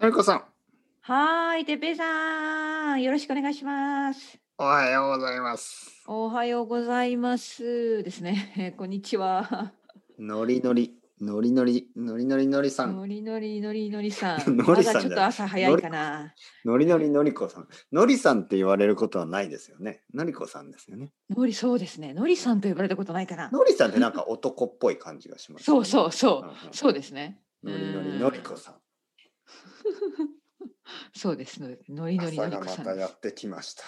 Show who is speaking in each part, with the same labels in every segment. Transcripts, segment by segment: Speaker 1: のりこさん、
Speaker 2: はーい、てっぺいさん、よろしくお願いします。
Speaker 1: おはようございます。
Speaker 2: おはようございますですね。 こんにちは。
Speaker 1: のりのり、のりのり、のりのりのりさん、
Speaker 2: のりのりのりのりさ ん。
Speaker 1: のりさん
Speaker 2: まだちょっと朝早い
Speaker 1: じ
Speaker 2: かな。
Speaker 1: のりのりのりこさん。のりさんって言われることはないですよね。のりこさんですよね。
Speaker 2: のり、そうですね。のりさんと呼ばれたことないかな。
Speaker 1: のりさんってなんか男っぽい感じがします、
Speaker 2: そうそう
Speaker 1: うん
Speaker 2: そうう。
Speaker 1: ん
Speaker 2: そうですね。
Speaker 1: のりの
Speaker 2: う
Speaker 1: り
Speaker 2: ん
Speaker 1: のりこさん。
Speaker 2: そうですね。のりのりの
Speaker 1: 朝
Speaker 2: り
Speaker 1: が
Speaker 2: こ
Speaker 1: ま
Speaker 2: さん
Speaker 1: た
Speaker 2: で
Speaker 1: や
Speaker 2: す。
Speaker 1: ってきました。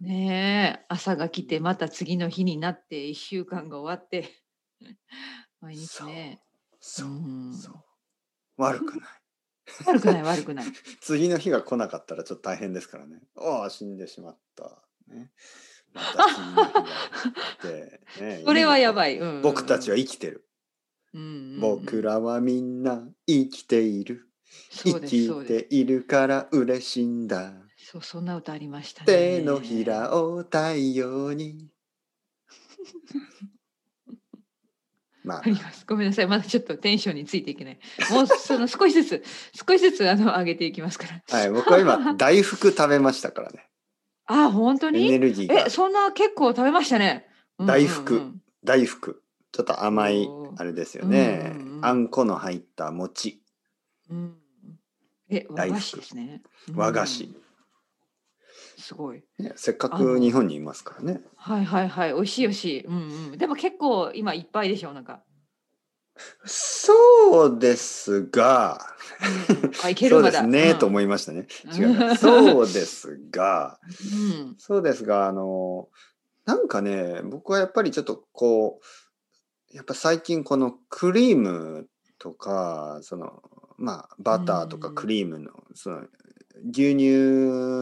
Speaker 2: ねえ、朝が来て、また次の日になって、一週間が終わって。 毎日ね。
Speaker 1: そうう、
Speaker 2: ん
Speaker 1: そう。悪くない。
Speaker 2: 悪くない、悪くない。
Speaker 1: 次の日が来なかったらちょっと大変ですからね。ああ、死んでしまった。ね。また次の日が来 て、ね
Speaker 2: それはや
Speaker 1: い。
Speaker 2: ばい。うん
Speaker 1: 僕たちは生きてる。
Speaker 2: うんうんうん
Speaker 1: 僕らはみんな生きている
Speaker 2: そ
Speaker 1: 生
Speaker 2: うです
Speaker 1: き
Speaker 2: そうです
Speaker 1: ているから嬉しいんだ
Speaker 2: そうそんな歌ありましたね。
Speaker 1: 手のひらを太陽 にまあ
Speaker 2: あります。ごめんなさい。まだちょっとテンションについていけない。もうその少しずつ少しずつあの上げていきますから。
Speaker 1: はい、僕は今大福食べましたからね
Speaker 2: あ本当
Speaker 1: エネ
Speaker 2: に？
Speaker 1: ルギーが
Speaker 2: えそんな結構食べましたね。うんうんうん
Speaker 1: 大福大福ちょっと甘い
Speaker 2: おー
Speaker 1: あれですよね、
Speaker 2: うんうんうん
Speaker 1: あんこの入った餅
Speaker 2: うん。え和
Speaker 1: 大福
Speaker 2: 菓子ですね。
Speaker 1: 和菓子
Speaker 2: うん。すごい。
Speaker 1: ねせっか
Speaker 2: あの
Speaker 1: く日本にいますからね
Speaker 2: はいはいはい。美味しい美味しい。うんうん。でも結構今いっぱいでしょなん か。
Speaker 1: そうですが
Speaker 2: うんあいけるまだ。
Speaker 1: そうですね、と
Speaker 2: い
Speaker 1: 思いましたね
Speaker 2: ま
Speaker 1: 違 うなそうですが、
Speaker 2: うん。
Speaker 1: そうですが、あの、なんかね、僕はやっぱりちょっとこう、やっぱ最近このクリームとか、その、まあ、バターとか
Speaker 2: うん
Speaker 1: クリームの、その、牛乳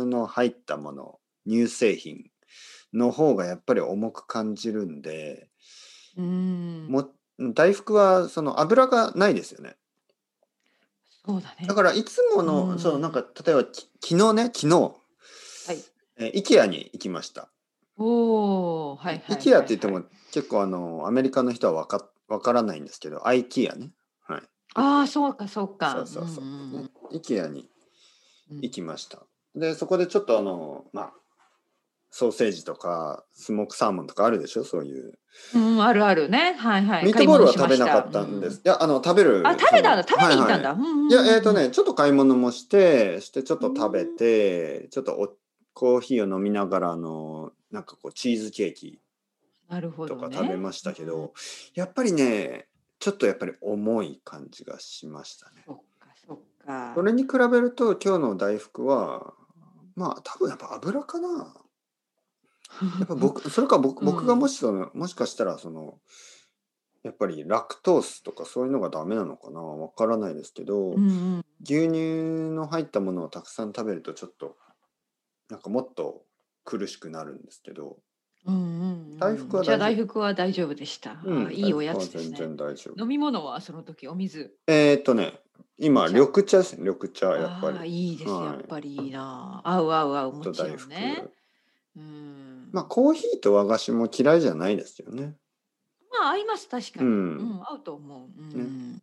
Speaker 1: の入ったもの、乳製品の方がやっぱり重く感じるんで、
Speaker 2: うん。
Speaker 1: も大福はその油がないですよね。
Speaker 2: そうだね。
Speaker 1: だからいつもの、
Speaker 2: うん
Speaker 1: そのなんか例えばき昨日ね昨日、
Speaker 2: はい
Speaker 1: えー IKEA に行きました。
Speaker 2: おお、はいはいはい、
Speaker 1: IKEA
Speaker 2: はい。
Speaker 1: って言っても結構あのアメリカの人はわかわからないんですけど IKEA ね。はい。
Speaker 2: ああ、そうか、そうか。
Speaker 1: そうそうそう。
Speaker 2: んん
Speaker 1: ね IKEA に
Speaker 2: うん
Speaker 1: 行きました。でそこでちょっとあのまあソーセージとかスモークサーモンとかあるでしょそういう。
Speaker 2: うんうん、あるあるね。はいはい。
Speaker 1: ミートボールは
Speaker 2: 買
Speaker 1: 食べ
Speaker 2: い物しま
Speaker 1: な
Speaker 2: し
Speaker 1: かったんです。。いやあの食べ
Speaker 2: う
Speaker 1: る。
Speaker 2: んあ、食べたんだ。
Speaker 1: そ
Speaker 2: 食
Speaker 1: の
Speaker 2: べに行った
Speaker 1: はいは
Speaker 2: ん
Speaker 1: い
Speaker 2: だ。うんうん
Speaker 1: いや、えっ、と。
Speaker 2: うん
Speaker 1: ね、ちょっと買い物もして、して、ちょっと食べて、ちょっとおコーヒーを飲みながら、あの、なんかこう、チーズケーキ
Speaker 2: なるほ
Speaker 1: と
Speaker 2: ど、
Speaker 1: か
Speaker 2: ね。
Speaker 1: 食べましたけど、やっぱりね、ちょっとやっぱり重い感じがしましたね。
Speaker 2: うん。そっか、そっか。
Speaker 1: それに比べると、今日の大福は、まあ、多分やっぱ油かな。やっぱ僕、それか僕、僕がもしその、もしかしたら、その、やっぱりラクトースとかそういうのがダメなのかなわからないですけど、
Speaker 2: うんうん。
Speaker 1: 牛乳の入ったものをたくさん食べるとちょっとなんかもっと苦しくなるんですけど、
Speaker 2: うんうんうん。
Speaker 1: 大福は大丈夫
Speaker 2: じゃあ大福は大丈夫でした。
Speaker 1: うん
Speaker 2: あいいおやつ
Speaker 1: 大福
Speaker 2: です
Speaker 1: は
Speaker 2: ね。
Speaker 1: 全然大丈夫
Speaker 2: 飲み物はその時お水。
Speaker 1: えー、っとね今
Speaker 2: 茶
Speaker 1: 緑茶ですね緑茶やっぱ
Speaker 2: ああ
Speaker 1: り
Speaker 2: いいです。
Speaker 1: はい
Speaker 2: やっぱりいいな。合う合う合う。
Speaker 1: と
Speaker 2: もちろ
Speaker 1: 大
Speaker 2: ん
Speaker 1: 福、
Speaker 2: ね。うん。
Speaker 1: まあコーヒーと和菓子も嫌いじゃないですよね
Speaker 2: まあ合います確かに、
Speaker 1: う
Speaker 2: うんん合うと思う、うん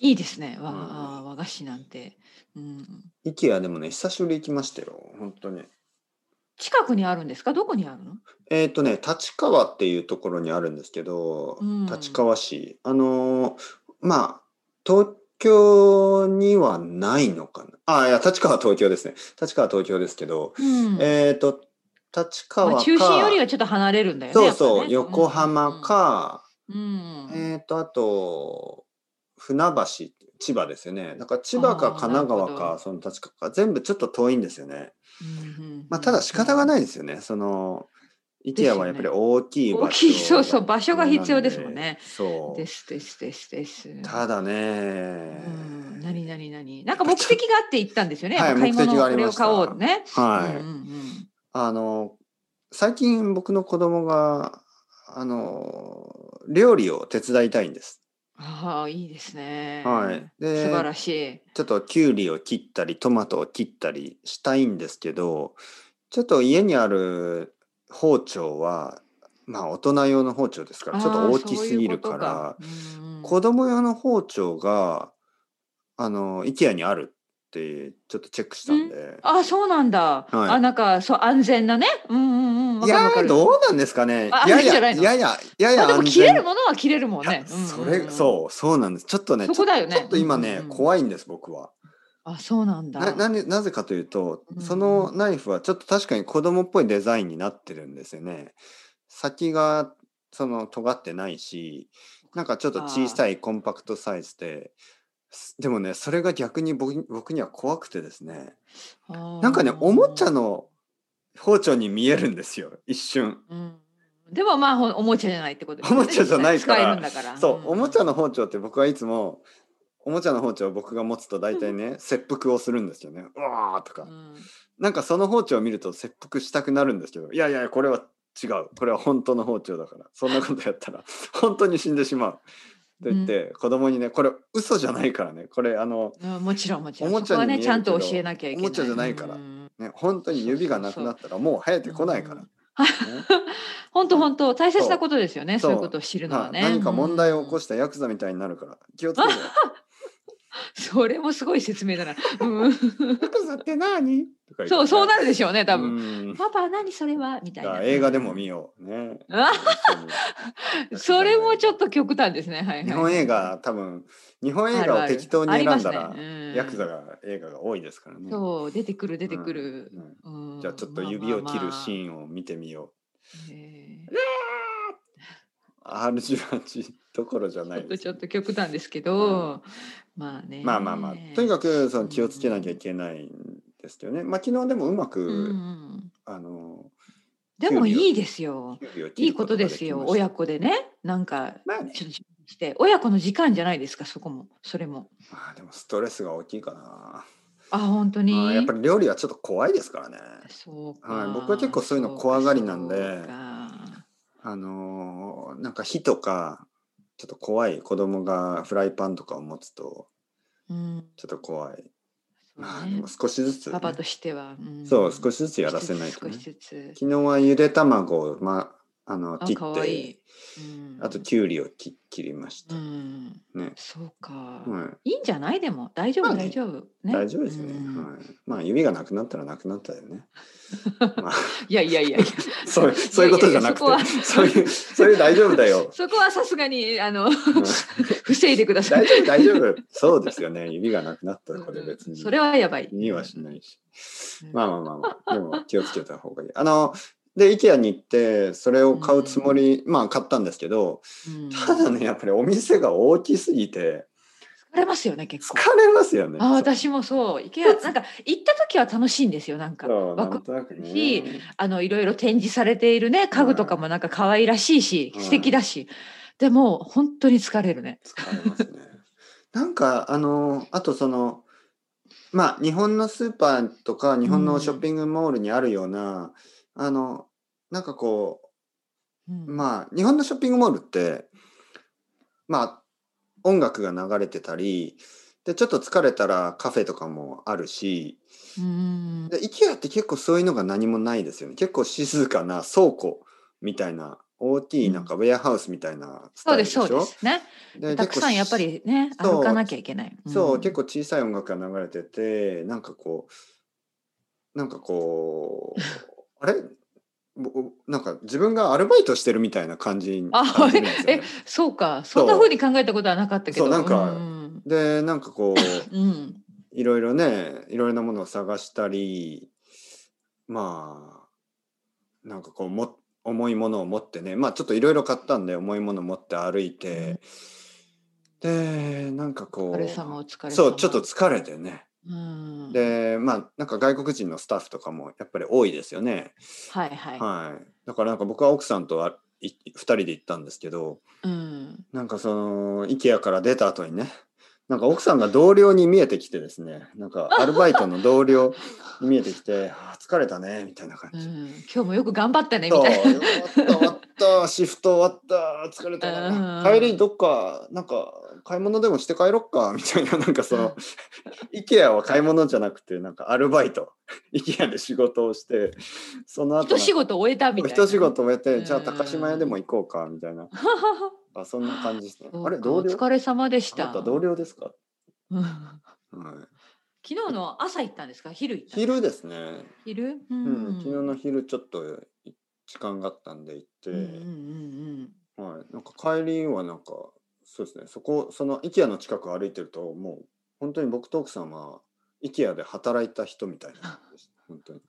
Speaker 2: いいですね和,、あー和菓子なんて、うん、
Speaker 1: IKEA でもね久しぶり行きましたよ本当に
Speaker 2: 近くにあるんですかどこにあるの
Speaker 1: えー、っとね立川っていうところにあるんですけど、
Speaker 2: うん
Speaker 1: 立川市あのーまあ東京にはないのかなあいや立川は東京ですね立川は東京ですけど、
Speaker 2: うん
Speaker 1: えっ、と立川か、
Speaker 2: まあ、中心よりはちょっと離れるんだよね
Speaker 1: そうそう、
Speaker 2: やっぱね
Speaker 1: 横浜か、
Speaker 2: うん、うん
Speaker 1: えっ、とあと船橋千葉ですよねだから千葉か
Speaker 2: あー
Speaker 1: 神奈川
Speaker 2: なるほ
Speaker 1: かその立川か全部ちょっと遠いんですよね、まあ、ただ仕方が
Speaker 2: い
Speaker 1: ないですよねその
Speaker 2: す
Speaker 1: IKEA
Speaker 2: よね
Speaker 1: はやっぱり大きい場所
Speaker 2: 大きいそうそう場所が必要ですもんね
Speaker 1: そう
Speaker 2: ですですですです
Speaker 1: ただ
Speaker 2: う
Speaker 1: ね、
Speaker 2: ん、何何何なんか目的があって行ったんですよね、
Speaker 1: はい
Speaker 2: やっぱ買い物
Speaker 1: 目的があり
Speaker 2: をこれ
Speaker 1: ま
Speaker 2: を
Speaker 1: した
Speaker 2: 買おうね、
Speaker 1: はい、
Speaker 2: うんうん
Speaker 1: あの最近僕の子供があの料理を手伝いたいんです。
Speaker 2: ああいいですね。
Speaker 1: はい、
Speaker 2: 素
Speaker 1: で
Speaker 2: 晴らしい。
Speaker 1: ちょっときゅうりを切ったりトマトを切ったりしたいんですけどちょっと家にある包丁はまあ大人用の包丁ですからちょっと大きすぎるから
Speaker 2: あーそういうことかうんうん
Speaker 1: 子供用の包丁があの IKEA にあるってちょっとチェックしたんで。
Speaker 2: あ、そうなんだ。
Speaker 1: はい
Speaker 2: あ、なんか、そう、安全なね。うんうんうん。わ
Speaker 1: い
Speaker 2: かる
Speaker 1: や
Speaker 2: わか
Speaker 1: ー
Speaker 2: る。
Speaker 1: どうなんですかね。
Speaker 2: あ
Speaker 1: や
Speaker 2: いいんじ
Speaker 1: や
Speaker 2: ゃないの
Speaker 1: ややや
Speaker 2: まあ、
Speaker 1: や
Speaker 2: でも、
Speaker 1: 安
Speaker 2: 切れ
Speaker 1: 全
Speaker 2: るものは切れるもんね。うん
Speaker 1: そ
Speaker 2: うんうん
Speaker 1: れそうそうなんです。ちょっとね
Speaker 2: そこだよね
Speaker 1: ちょっと今ね、
Speaker 2: うんうんうん
Speaker 1: 怖いんです僕は。
Speaker 2: あ、そうなんだ。
Speaker 1: ななんでなぜかというと、
Speaker 2: うんうん
Speaker 1: そのナイフはちょっと確かに子供っぽいデザインになってるんですよね。先がその尖ってないしなんかちょっと小さいコンパクトサイズですでもねそれが逆に僕に僕には怖くてですねなんかねおもちゃ
Speaker 2: の。
Speaker 1: の包丁に見えるんですよ一瞬。
Speaker 2: うんでも、まあ、ほんおもちゃじゃないってこと、
Speaker 1: おもちゃじゃないから
Speaker 2: 使えるんだから。
Speaker 1: そう、
Speaker 2: ん
Speaker 1: おもちゃの。包丁って僕はいつもおもちゃの包丁を僕が持つと大体ね切腹をするんですよねうわーとか、
Speaker 2: うん
Speaker 1: なんかその包丁を見ると切腹したくなるんですけどいやいやこれは違うこれは本当の包丁だからそんなことやったら 本当に死んでしまうと言って、子供にねこれ嘘じゃないからねこれあの、
Speaker 2: うんもちろん、もちろん。
Speaker 1: おもちゃに
Speaker 2: そこは
Speaker 1: 見え
Speaker 2: ね、
Speaker 1: るけど
Speaker 2: ちゃんと教えなきゃいけない。
Speaker 1: おもちゃじゃないから
Speaker 2: うん
Speaker 1: ね、本当に指がなくなったらもう生えてこないから。
Speaker 2: うん
Speaker 1: ね
Speaker 2: 本当本当大切なことですよね。そういうことを知るの
Speaker 1: は
Speaker 2: はいね。
Speaker 1: 何か問題を起こ
Speaker 2: し、
Speaker 1: したヤクザみたいになるから気をつけて
Speaker 2: それもすごい説明 だな。うん
Speaker 1: ヤクザって何とか言ってね
Speaker 2: そうそうなるでしょうね多分。
Speaker 1: うん
Speaker 2: パパ何それはみたい
Speaker 1: だか
Speaker 2: な。
Speaker 1: ら映画でも見ようね。
Speaker 2: あ
Speaker 1: 一緒に
Speaker 2: それもちょっと極端ですね。はい、はい。
Speaker 1: 日本映画多分日本映画を適当に選んだら、ヤクザ
Speaker 2: が、
Speaker 1: が映画が多いですからね。
Speaker 2: そう出てくる出てくる。
Speaker 1: うんうん
Speaker 2: うん
Speaker 1: じゃあちょっと指を切るシ
Speaker 2: ン。
Speaker 1: ーンを見てみよ
Speaker 2: え
Speaker 1: う。R18 どころじゃ
Speaker 2: ー
Speaker 1: ない
Speaker 2: ちょっと
Speaker 1: です
Speaker 2: ちょっと極端ですけど、まあね。
Speaker 1: まあまあまあとにか
Speaker 2: く、
Speaker 1: くその気をつけなきゃいけないんですけどね。まあ昨日でもうまく、
Speaker 2: うんうん、
Speaker 1: あの
Speaker 2: でもいいですよ。
Speaker 1: 指を切
Speaker 2: いい
Speaker 1: る
Speaker 2: ことですよ。
Speaker 1: がきました
Speaker 2: 親子でね、なんか
Speaker 1: まあね
Speaker 2: ちょっとして親子の時間じゃないですか。そこもそれも。
Speaker 1: まあでもストレスが大きいかな。
Speaker 2: あ本当
Speaker 1: まあ
Speaker 2: に。
Speaker 1: やっぱり料理はちょっと怖いですからね。
Speaker 2: そうか。
Speaker 1: はい僕は結構そういうの怖がりなんで
Speaker 2: そうか
Speaker 1: あのーなんか火とかちょっと怖い子供がフライパンとかを持つと
Speaker 2: うん。
Speaker 1: ちょっと怖い、ま
Speaker 2: そ
Speaker 1: あ
Speaker 2: う
Speaker 1: で
Speaker 2: ね
Speaker 1: も少しずつね、
Speaker 2: パパとしては。ん
Speaker 1: そう少しずつやらせないと、
Speaker 2: 少
Speaker 1: ね
Speaker 2: し、ずつ。
Speaker 1: 昨日はゆで卵を、まあ、あの
Speaker 2: あ
Speaker 1: 切
Speaker 2: 可
Speaker 1: って
Speaker 2: 愛い。うん
Speaker 1: あときゅうりを切切りました、
Speaker 2: う
Speaker 1: はい
Speaker 2: ん。
Speaker 1: ね
Speaker 2: そうか。いいんじゃないでも大丈
Speaker 1: ま
Speaker 2: 夫
Speaker 1: あね
Speaker 2: 大丈夫ね。
Speaker 1: 大丈夫ですね、
Speaker 2: うん
Speaker 1: はい、まあ指がなくなったらなくなったよ ねまあ
Speaker 2: いやいやいや いや。
Speaker 1: そうそういうことじゃなくて
Speaker 2: いやいや
Speaker 1: そういうそういう大丈夫だよ
Speaker 2: そこはさすがにあの
Speaker 1: うん
Speaker 2: 防いでください
Speaker 1: 大。丈夫大丈夫そうですよね指がなくなったらこれ別に
Speaker 2: それはやばい。
Speaker 1: にはしないし
Speaker 2: うん。
Speaker 1: まあまあまあまあ、でも気をつけた方がいい。あの、で、IKEA に行って、それを買うつもり、まあ買ったんですけど、
Speaker 2: うん
Speaker 1: ただね、やっぱりお店が大きすぎて、
Speaker 2: 疲れますよね結
Speaker 1: 疲
Speaker 2: 構。
Speaker 1: れますよね。
Speaker 2: あ私もそう。IKEA なんか行った時は楽しいんですよなんか。
Speaker 1: そうな
Speaker 2: ワクワ
Speaker 1: ん
Speaker 2: ク
Speaker 1: となくね。
Speaker 2: しあのいろいろ展示されているね家具とかもなんか可愛らしいし、
Speaker 1: うん
Speaker 2: 素敵だし。でも本当に疲れるね。
Speaker 1: 疲れますね。 なんか、あの、あとその、まあ、日本のスーパーとか、日本のショッピングモールにあるような、あの、なんかこう、
Speaker 2: うん
Speaker 1: まあ日本のショッピングモールってまあ音楽が流れてたりでちょっと疲れたらカフェとかもあるし
Speaker 2: うん
Speaker 1: で IKEA って結構そういうのが何もないですよね結構静かな倉庫みたいな大きいなんかウェアハウスみたいなス
Speaker 2: そ
Speaker 1: タ
Speaker 2: う
Speaker 1: イルで
Speaker 2: で
Speaker 1: すし
Speaker 2: そうで
Speaker 1: ょ
Speaker 2: すね。
Speaker 1: で
Speaker 2: たくさんやっぱりね
Speaker 1: そう
Speaker 2: 歩かなきゃいけない。
Speaker 1: そう、
Speaker 2: ん
Speaker 1: 結構小さい音楽が流れててなんかこうなんかこうあれぼなんか自分がアルバイトしてるみたいな感じに
Speaker 2: あ
Speaker 1: 感じるんですよね
Speaker 2: えそうか
Speaker 1: そう
Speaker 2: そんな風に考えたことはなかったけど。
Speaker 1: そうなんか
Speaker 2: うん
Speaker 1: でなんかこう
Speaker 2: うん
Speaker 1: いろいろねいろいろなものを探したりまあなんかこうも重いものを持ってねまあちょっといろいろ買ったんで重いものを持って歩いて、でなんかこ
Speaker 2: お疲れ様
Speaker 1: う
Speaker 2: お疲れ様。
Speaker 1: そうちょっと疲れてね
Speaker 2: うん、
Speaker 1: でまあなんか外国人のスタッフとかもやっぱり多いですよね、
Speaker 2: はいはい。
Speaker 1: はい、だからなんか僕は奥さんとはい2人で行ったんですけど
Speaker 2: うん。
Speaker 1: なんかその IKEA から出た後にねなんか奥さんが同僚に見えてきてですねなんかアルバイトの同僚に見えてきて 「あー疲れたね」みたいな感
Speaker 2: う
Speaker 1: じ。
Speaker 2: ん、今日もよく頑張ったねみ
Speaker 1: そう
Speaker 2: たい
Speaker 1: 終わった終わったシフト終わった疲れたな
Speaker 2: うん
Speaker 1: 帰りどっかなんか買い物でもして帰ろっか みたいななんかその IKEA は買い物じゃなくてなんかアルバイト IKEA で仕事をしてその
Speaker 2: な。
Speaker 1: 後
Speaker 2: 一
Speaker 1: なんか
Speaker 2: 仕事終えたみたいな。
Speaker 1: 一仕事終えて、
Speaker 2: うん
Speaker 1: じゃあ高島屋でも行こうかみた いな
Speaker 2: ははは
Speaker 1: あそんな感じですね
Speaker 2: そうか
Speaker 1: あれ同僚
Speaker 2: お疲れ様でし
Speaker 1: あ
Speaker 2: た。
Speaker 1: なた同僚ですか、
Speaker 2: うん
Speaker 1: はい、
Speaker 2: 昨日の朝行ったんですか昼行った
Speaker 1: 昼ですね、
Speaker 2: 昼う
Speaker 1: うんん昨日の昼ちょっと時間があったんで行って、
Speaker 2: うんうんうん
Speaker 1: はい、なんか帰りはなんかそうですねそこその IKEA の近く歩いてるともう本当に僕と奥さんは IKEA で働いた人みたいな 感じでした本当に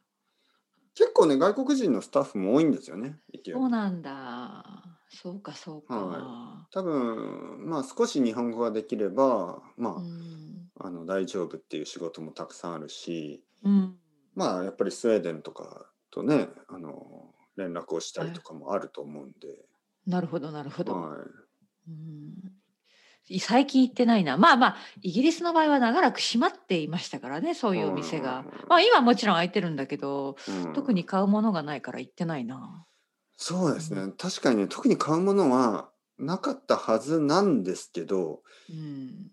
Speaker 1: 結構ね外国人のスタッフも多いんですよね
Speaker 2: うん
Speaker 1: IKEA
Speaker 2: そうなんだそうかそうか、
Speaker 1: は多分まあ少し日本語ができればまあ,、
Speaker 2: うん
Speaker 1: あの大丈夫っていう仕事もたくさんあるし
Speaker 2: うん
Speaker 1: まあやっぱりスウェーデンとかとねあの連絡をしたりとかもあると思うんで、
Speaker 2: なるほどなるほど、
Speaker 1: はい、
Speaker 2: うんい最近行ってないなまあまあイギリスの場合は長らく閉まっていましたからねそういうお店が、
Speaker 1: うん
Speaker 2: まあ今もちろん開いてるんだけど、
Speaker 1: うん
Speaker 2: 特に買うものがないから行ってないな
Speaker 1: そうですね、
Speaker 2: う
Speaker 1: 確かにね特に買うものはなかったはずなんですけど
Speaker 2: うん、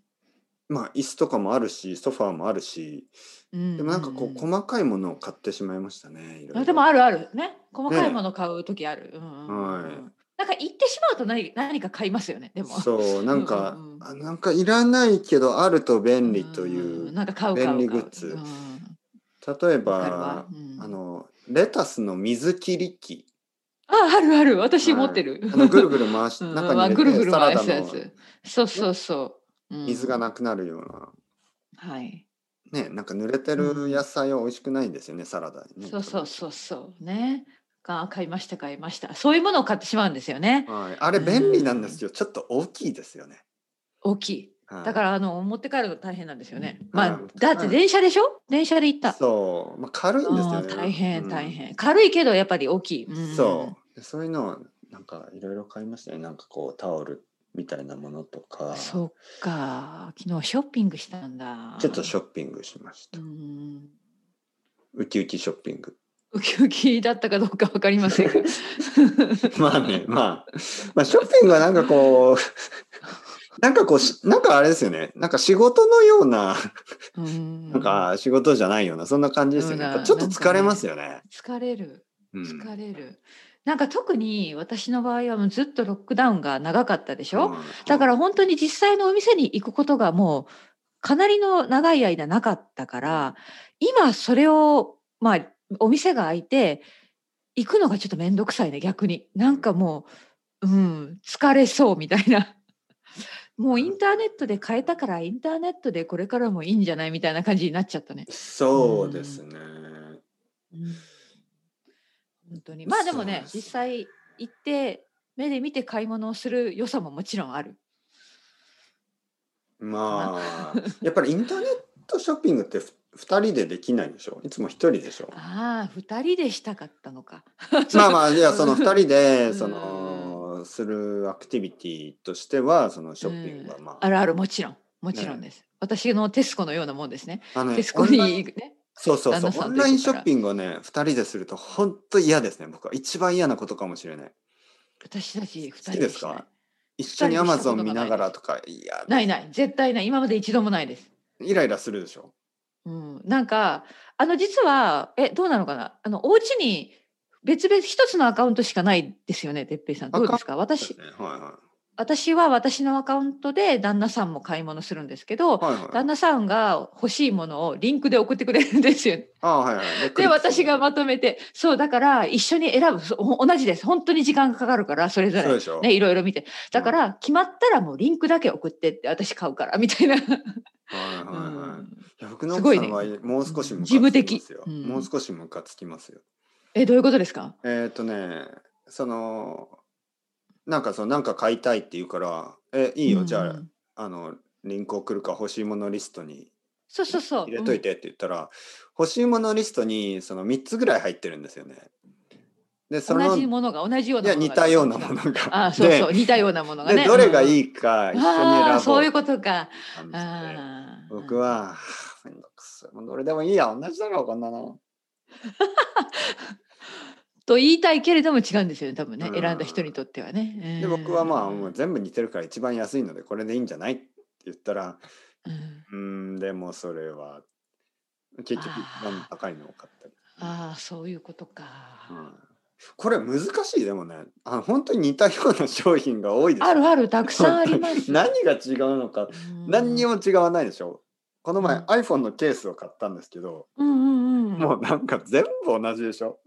Speaker 1: まあ椅子とかもあるしソファーもあるし
Speaker 2: うん、
Speaker 1: でもなんかこう
Speaker 2: う
Speaker 1: 細かいものを買ってしまいましたねいろいろ
Speaker 2: あでもあるあるね細か
Speaker 1: ね
Speaker 2: いもの買う時ある、うんうんうん
Speaker 1: はい
Speaker 2: なんか行ってしまうと何何か買いますよねでも
Speaker 1: そうなんか、
Speaker 2: うんうんうん
Speaker 1: あなんかいらないけどあると便利と
Speaker 2: ん
Speaker 1: い
Speaker 2: ん
Speaker 1: う
Speaker 2: なんか買う買う買う
Speaker 1: 便利グッズ
Speaker 2: うん
Speaker 1: 例え
Speaker 2: わかるわ
Speaker 1: ば、
Speaker 2: うん
Speaker 1: あのレタスの水切り機
Speaker 2: ああるある私持ってる、
Speaker 1: あのぐるぐる回し
Speaker 2: うん
Speaker 1: 中に入れて
Speaker 2: ぐるぐる
Speaker 1: サラ
Speaker 2: 回
Speaker 1: ダ
Speaker 2: すや
Speaker 1: の
Speaker 2: つそうそうそう、うん
Speaker 1: 水がなくなるような、
Speaker 2: はい
Speaker 1: ねなんか濡れてる野菜は美味しくないんですよね、サラダにね
Speaker 2: そうそうそうそうねあ買いました買いましたそういうものを買ってしまうんですよね
Speaker 1: はい、あれ便利なんですけど、ちょっと大きいですよね。
Speaker 2: 大きいだかららあの持って帰るの大変なんですよね、
Speaker 1: うん
Speaker 2: まあだって電車でしょ電車で行った
Speaker 1: そう、まあ、軽いんです
Speaker 2: あ
Speaker 1: よ
Speaker 2: ー
Speaker 1: ね。
Speaker 2: 大
Speaker 1: う
Speaker 2: 変
Speaker 1: ん
Speaker 2: 大。変軽いけどやっぱり大きい、うん
Speaker 1: そう、でそういうのをなんかいろいろ買いましたね。なんかこうタオルみたいなものとか、
Speaker 2: そっか昨日ショッピングしたんだ
Speaker 1: ちょっとショ
Speaker 2: ョ
Speaker 1: ッピングしました。
Speaker 2: うん
Speaker 1: ウキウキショッピング。
Speaker 2: ウキウキだったかどうかわかり ませんが
Speaker 1: まあね、まあ、まあショッピングはなんかこう、 なんかこうし、なんかあれですよね。なんか仕事のような、
Speaker 2: うん
Speaker 1: なんか仕事じゃないような、そんな感じですよね。
Speaker 2: うん
Speaker 1: やっぱちょっと疲れますよね。
Speaker 2: 疲れる
Speaker 1: うん
Speaker 2: 疲れる、なんか特に私の場合はもうずっとロックダウンが長かったでしょ、
Speaker 1: うん
Speaker 2: だから本当に実際のお店に行くことがもうかなりの長い間なかったから今それをまあお店が開いて行くのがちょっと面倒くさいね逆になんかもううん疲れそうみたいな もうインターネットで買えたからインターネットでこれからもいいんじゃないみたいな感じになっちゃったね。
Speaker 1: そうですね。
Speaker 2: 本当にまあでも
Speaker 1: そう
Speaker 2: ね
Speaker 1: です
Speaker 2: 実際行って目で見て買い物をする良さももちろんある。
Speaker 1: まあ、 やっぱりインターネットショッピングってふ2人でできないでしょいつも1人でしょ
Speaker 2: ああ2人でしたかったのか。
Speaker 1: まあまあいやその2人
Speaker 2: う
Speaker 1: で
Speaker 2: ん
Speaker 1: そのするアクティビティとしてはそのショッピングはまあ、
Speaker 2: あるあるもちろんもちろんです、私のテスコのようなもんですね
Speaker 1: あのね
Speaker 2: テスコ
Speaker 1: オンライ
Speaker 2: に
Speaker 1: ン
Speaker 2: 行くね
Speaker 1: そうそうそ
Speaker 2: 旦那
Speaker 1: う
Speaker 2: さ
Speaker 1: オ
Speaker 2: んと
Speaker 1: ンラインショ
Speaker 2: 行
Speaker 1: ッ
Speaker 2: く
Speaker 1: ピングをね2人ですると本当嫌ですね僕は一番嫌なことかもしれない
Speaker 2: 私たち2人
Speaker 1: 好きです
Speaker 2: しない
Speaker 1: か一緒にアマゾン見ながら
Speaker 2: 二人でした
Speaker 1: とかいや
Speaker 2: ないない絶対ない今まで一度もないです、
Speaker 1: イライラするでしょ
Speaker 2: うん、なんかあの実はえどうなのかなあのお家に別々一つのアカウントしかないですよね哲平さんどうですか
Speaker 1: そ
Speaker 2: 私
Speaker 1: うですねは
Speaker 2: 私は私のアカウントで旦那さんも買い物するんですけど、
Speaker 1: いはいはいはい
Speaker 2: 旦那さんが欲しいものをリンクで送ってくれるんですよ
Speaker 1: あはいはいでクリ
Speaker 2: で
Speaker 1: ックする
Speaker 2: 私がまとめてそうだから一緒に選ぶそうほ同じです本当に時間がかかるからそれぞ
Speaker 1: そう
Speaker 2: れ
Speaker 1: でしょ、
Speaker 2: ねいろいろ見てだから決まったらもうリンクだけ送ってって私買うからみたいな、
Speaker 1: はいはいはい、
Speaker 2: うん
Speaker 1: いや僕の
Speaker 2: すご
Speaker 1: 奥
Speaker 2: い
Speaker 1: さ
Speaker 2: ね
Speaker 1: んはもう少しムカつ
Speaker 2: 事
Speaker 1: きま
Speaker 2: 務的
Speaker 1: すよ、
Speaker 2: うん
Speaker 1: もう少しムカつきますよ。
Speaker 2: えどういうことですか
Speaker 1: えっ、とねそのなんかそのなんか買いたいって言うから「えいいよじゃあ,、
Speaker 2: うん
Speaker 1: あのリンク送るか欲しいものリストに
Speaker 2: そうそうそう
Speaker 1: 入れといて」って言ったら、欲しいものリストにその3つぐらい入ってるんですよね。で
Speaker 2: う
Speaker 1: そ
Speaker 2: ん
Speaker 1: の
Speaker 2: 同じ
Speaker 1: い
Speaker 2: ものが同じような
Speaker 1: や
Speaker 2: もの
Speaker 1: 似
Speaker 2: が
Speaker 1: たようなものが。
Speaker 2: ああそうそう似たようなものが
Speaker 1: で
Speaker 2: ね
Speaker 1: でどれが
Speaker 2: い
Speaker 1: いいか一緒に選ぼ
Speaker 2: あ
Speaker 1: う
Speaker 2: あそういうことか
Speaker 1: なんですよね
Speaker 2: あー
Speaker 1: 僕は「めんどくさいもうどれでもいいや同じだろこんなの」
Speaker 2: と言いたいけれども違うんですよね多分ね
Speaker 1: うん
Speaker 2: 選んだ人にとってはね
Speaker 1: で僕はまあもう全部似てるから一番安いのでこれでいいんじゃないって言ったら
Speaker 2: うんう
Speaker 1: う
Speaker 2: ん
Speaker 1: ーんでもそれは結局一番
Speaker 2: あー
Speaker 1: 高いのを買ったり、
Speaker 2: ああそういうことか、
Speaker 1: うんこれ難しいでもねあの本当に似たような商品が多いです
Speaker 2: あるあるたくさんあります。
Speaker 1: 何が違うのか
Speaker 2: うん
Speaker 1: 何にも違わないでしょこの前、
Speaker 2: うん
Speaker 1: iPhone のケースを買ったんですけど、
Speaker 2: うんうんうん。
Speaker 1: もうなんか全部同じでしょ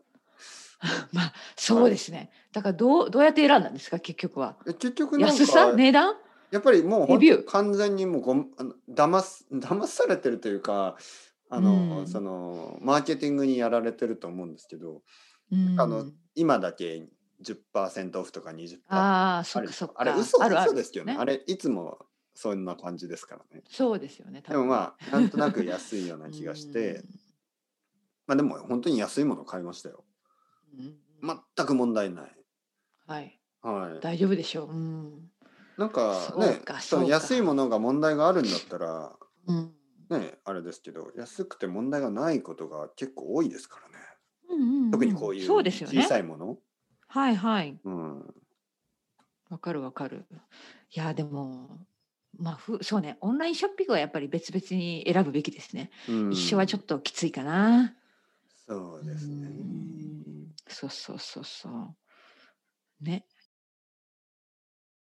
Speaker 2: まあそうですね。だからどうどうやって選んだんですか結局は。
Speaker 1: え結局なんか
Speaker 2: 安さ値段？
Speaker 1: やっぱりもう本
Speaker 2: レビ
Speaker 1: 当
Speaker 2: ュー
Speaker 1: 完全にもうごまあの騙す騙されてるというかあの、
Speaker 2: うん
Speaker 1: そのマーケティングにやられてると思うんですけど
Speaker 2: うん
Speaker 1: あの今だけ10%オフとか20%
Speaker 2: ああ
Speaker 1: あ
Speaker 2: そっ
Speaker 1: る
Speaker 2: かそっか。
Speaker 1: あれ嘘
Speaker 2: あるある
Speaker 1: 嘘ですけどねあれいつもそんな感じですからね
Speaker 2: そうですよね。
Speaker 1: でもまあなんとなく安いような気がしてまあでも本当に安いもの買いましたよ
Speaker 2: うん。うん
Speaker 1: 全く問題ない
Speaker 2: はい
Speaker 1: はい
Speaker 2: 大丈夫でしょう。うん。
Speaker 1: なんか
Speaker 2: そう
Speaker 1: ね
Speaker 2: か
Speaker 1: そ
Speaker 2: そう
Speaker 1: の
Speaker 2: か
Speaker 1: 安いものが問題があるんだったら
Speaker 2: うん
Speaker 1: ねあれですけど安くて問題がないことが結構多いですからね
Speaker 2: うんうんん
Speaker 1: 特にこういう
Speaker 2: そうですよ
Speaker 1: 小
Speaker 2: ね。
Speaker 1: さいもの
Speaker 2: はいはい。
Speaker 1: うん
Speaker 2: わかるわかる。いやでもまあふそうねオンラインショッピングはやっぱり別々に選ぶべきですね。
Speaker 1: うん
Speaker 2: 一緒はちょっときついかな。
Speaker 1: そうですね
Speaker 2: うんそうそうそうそう。ね。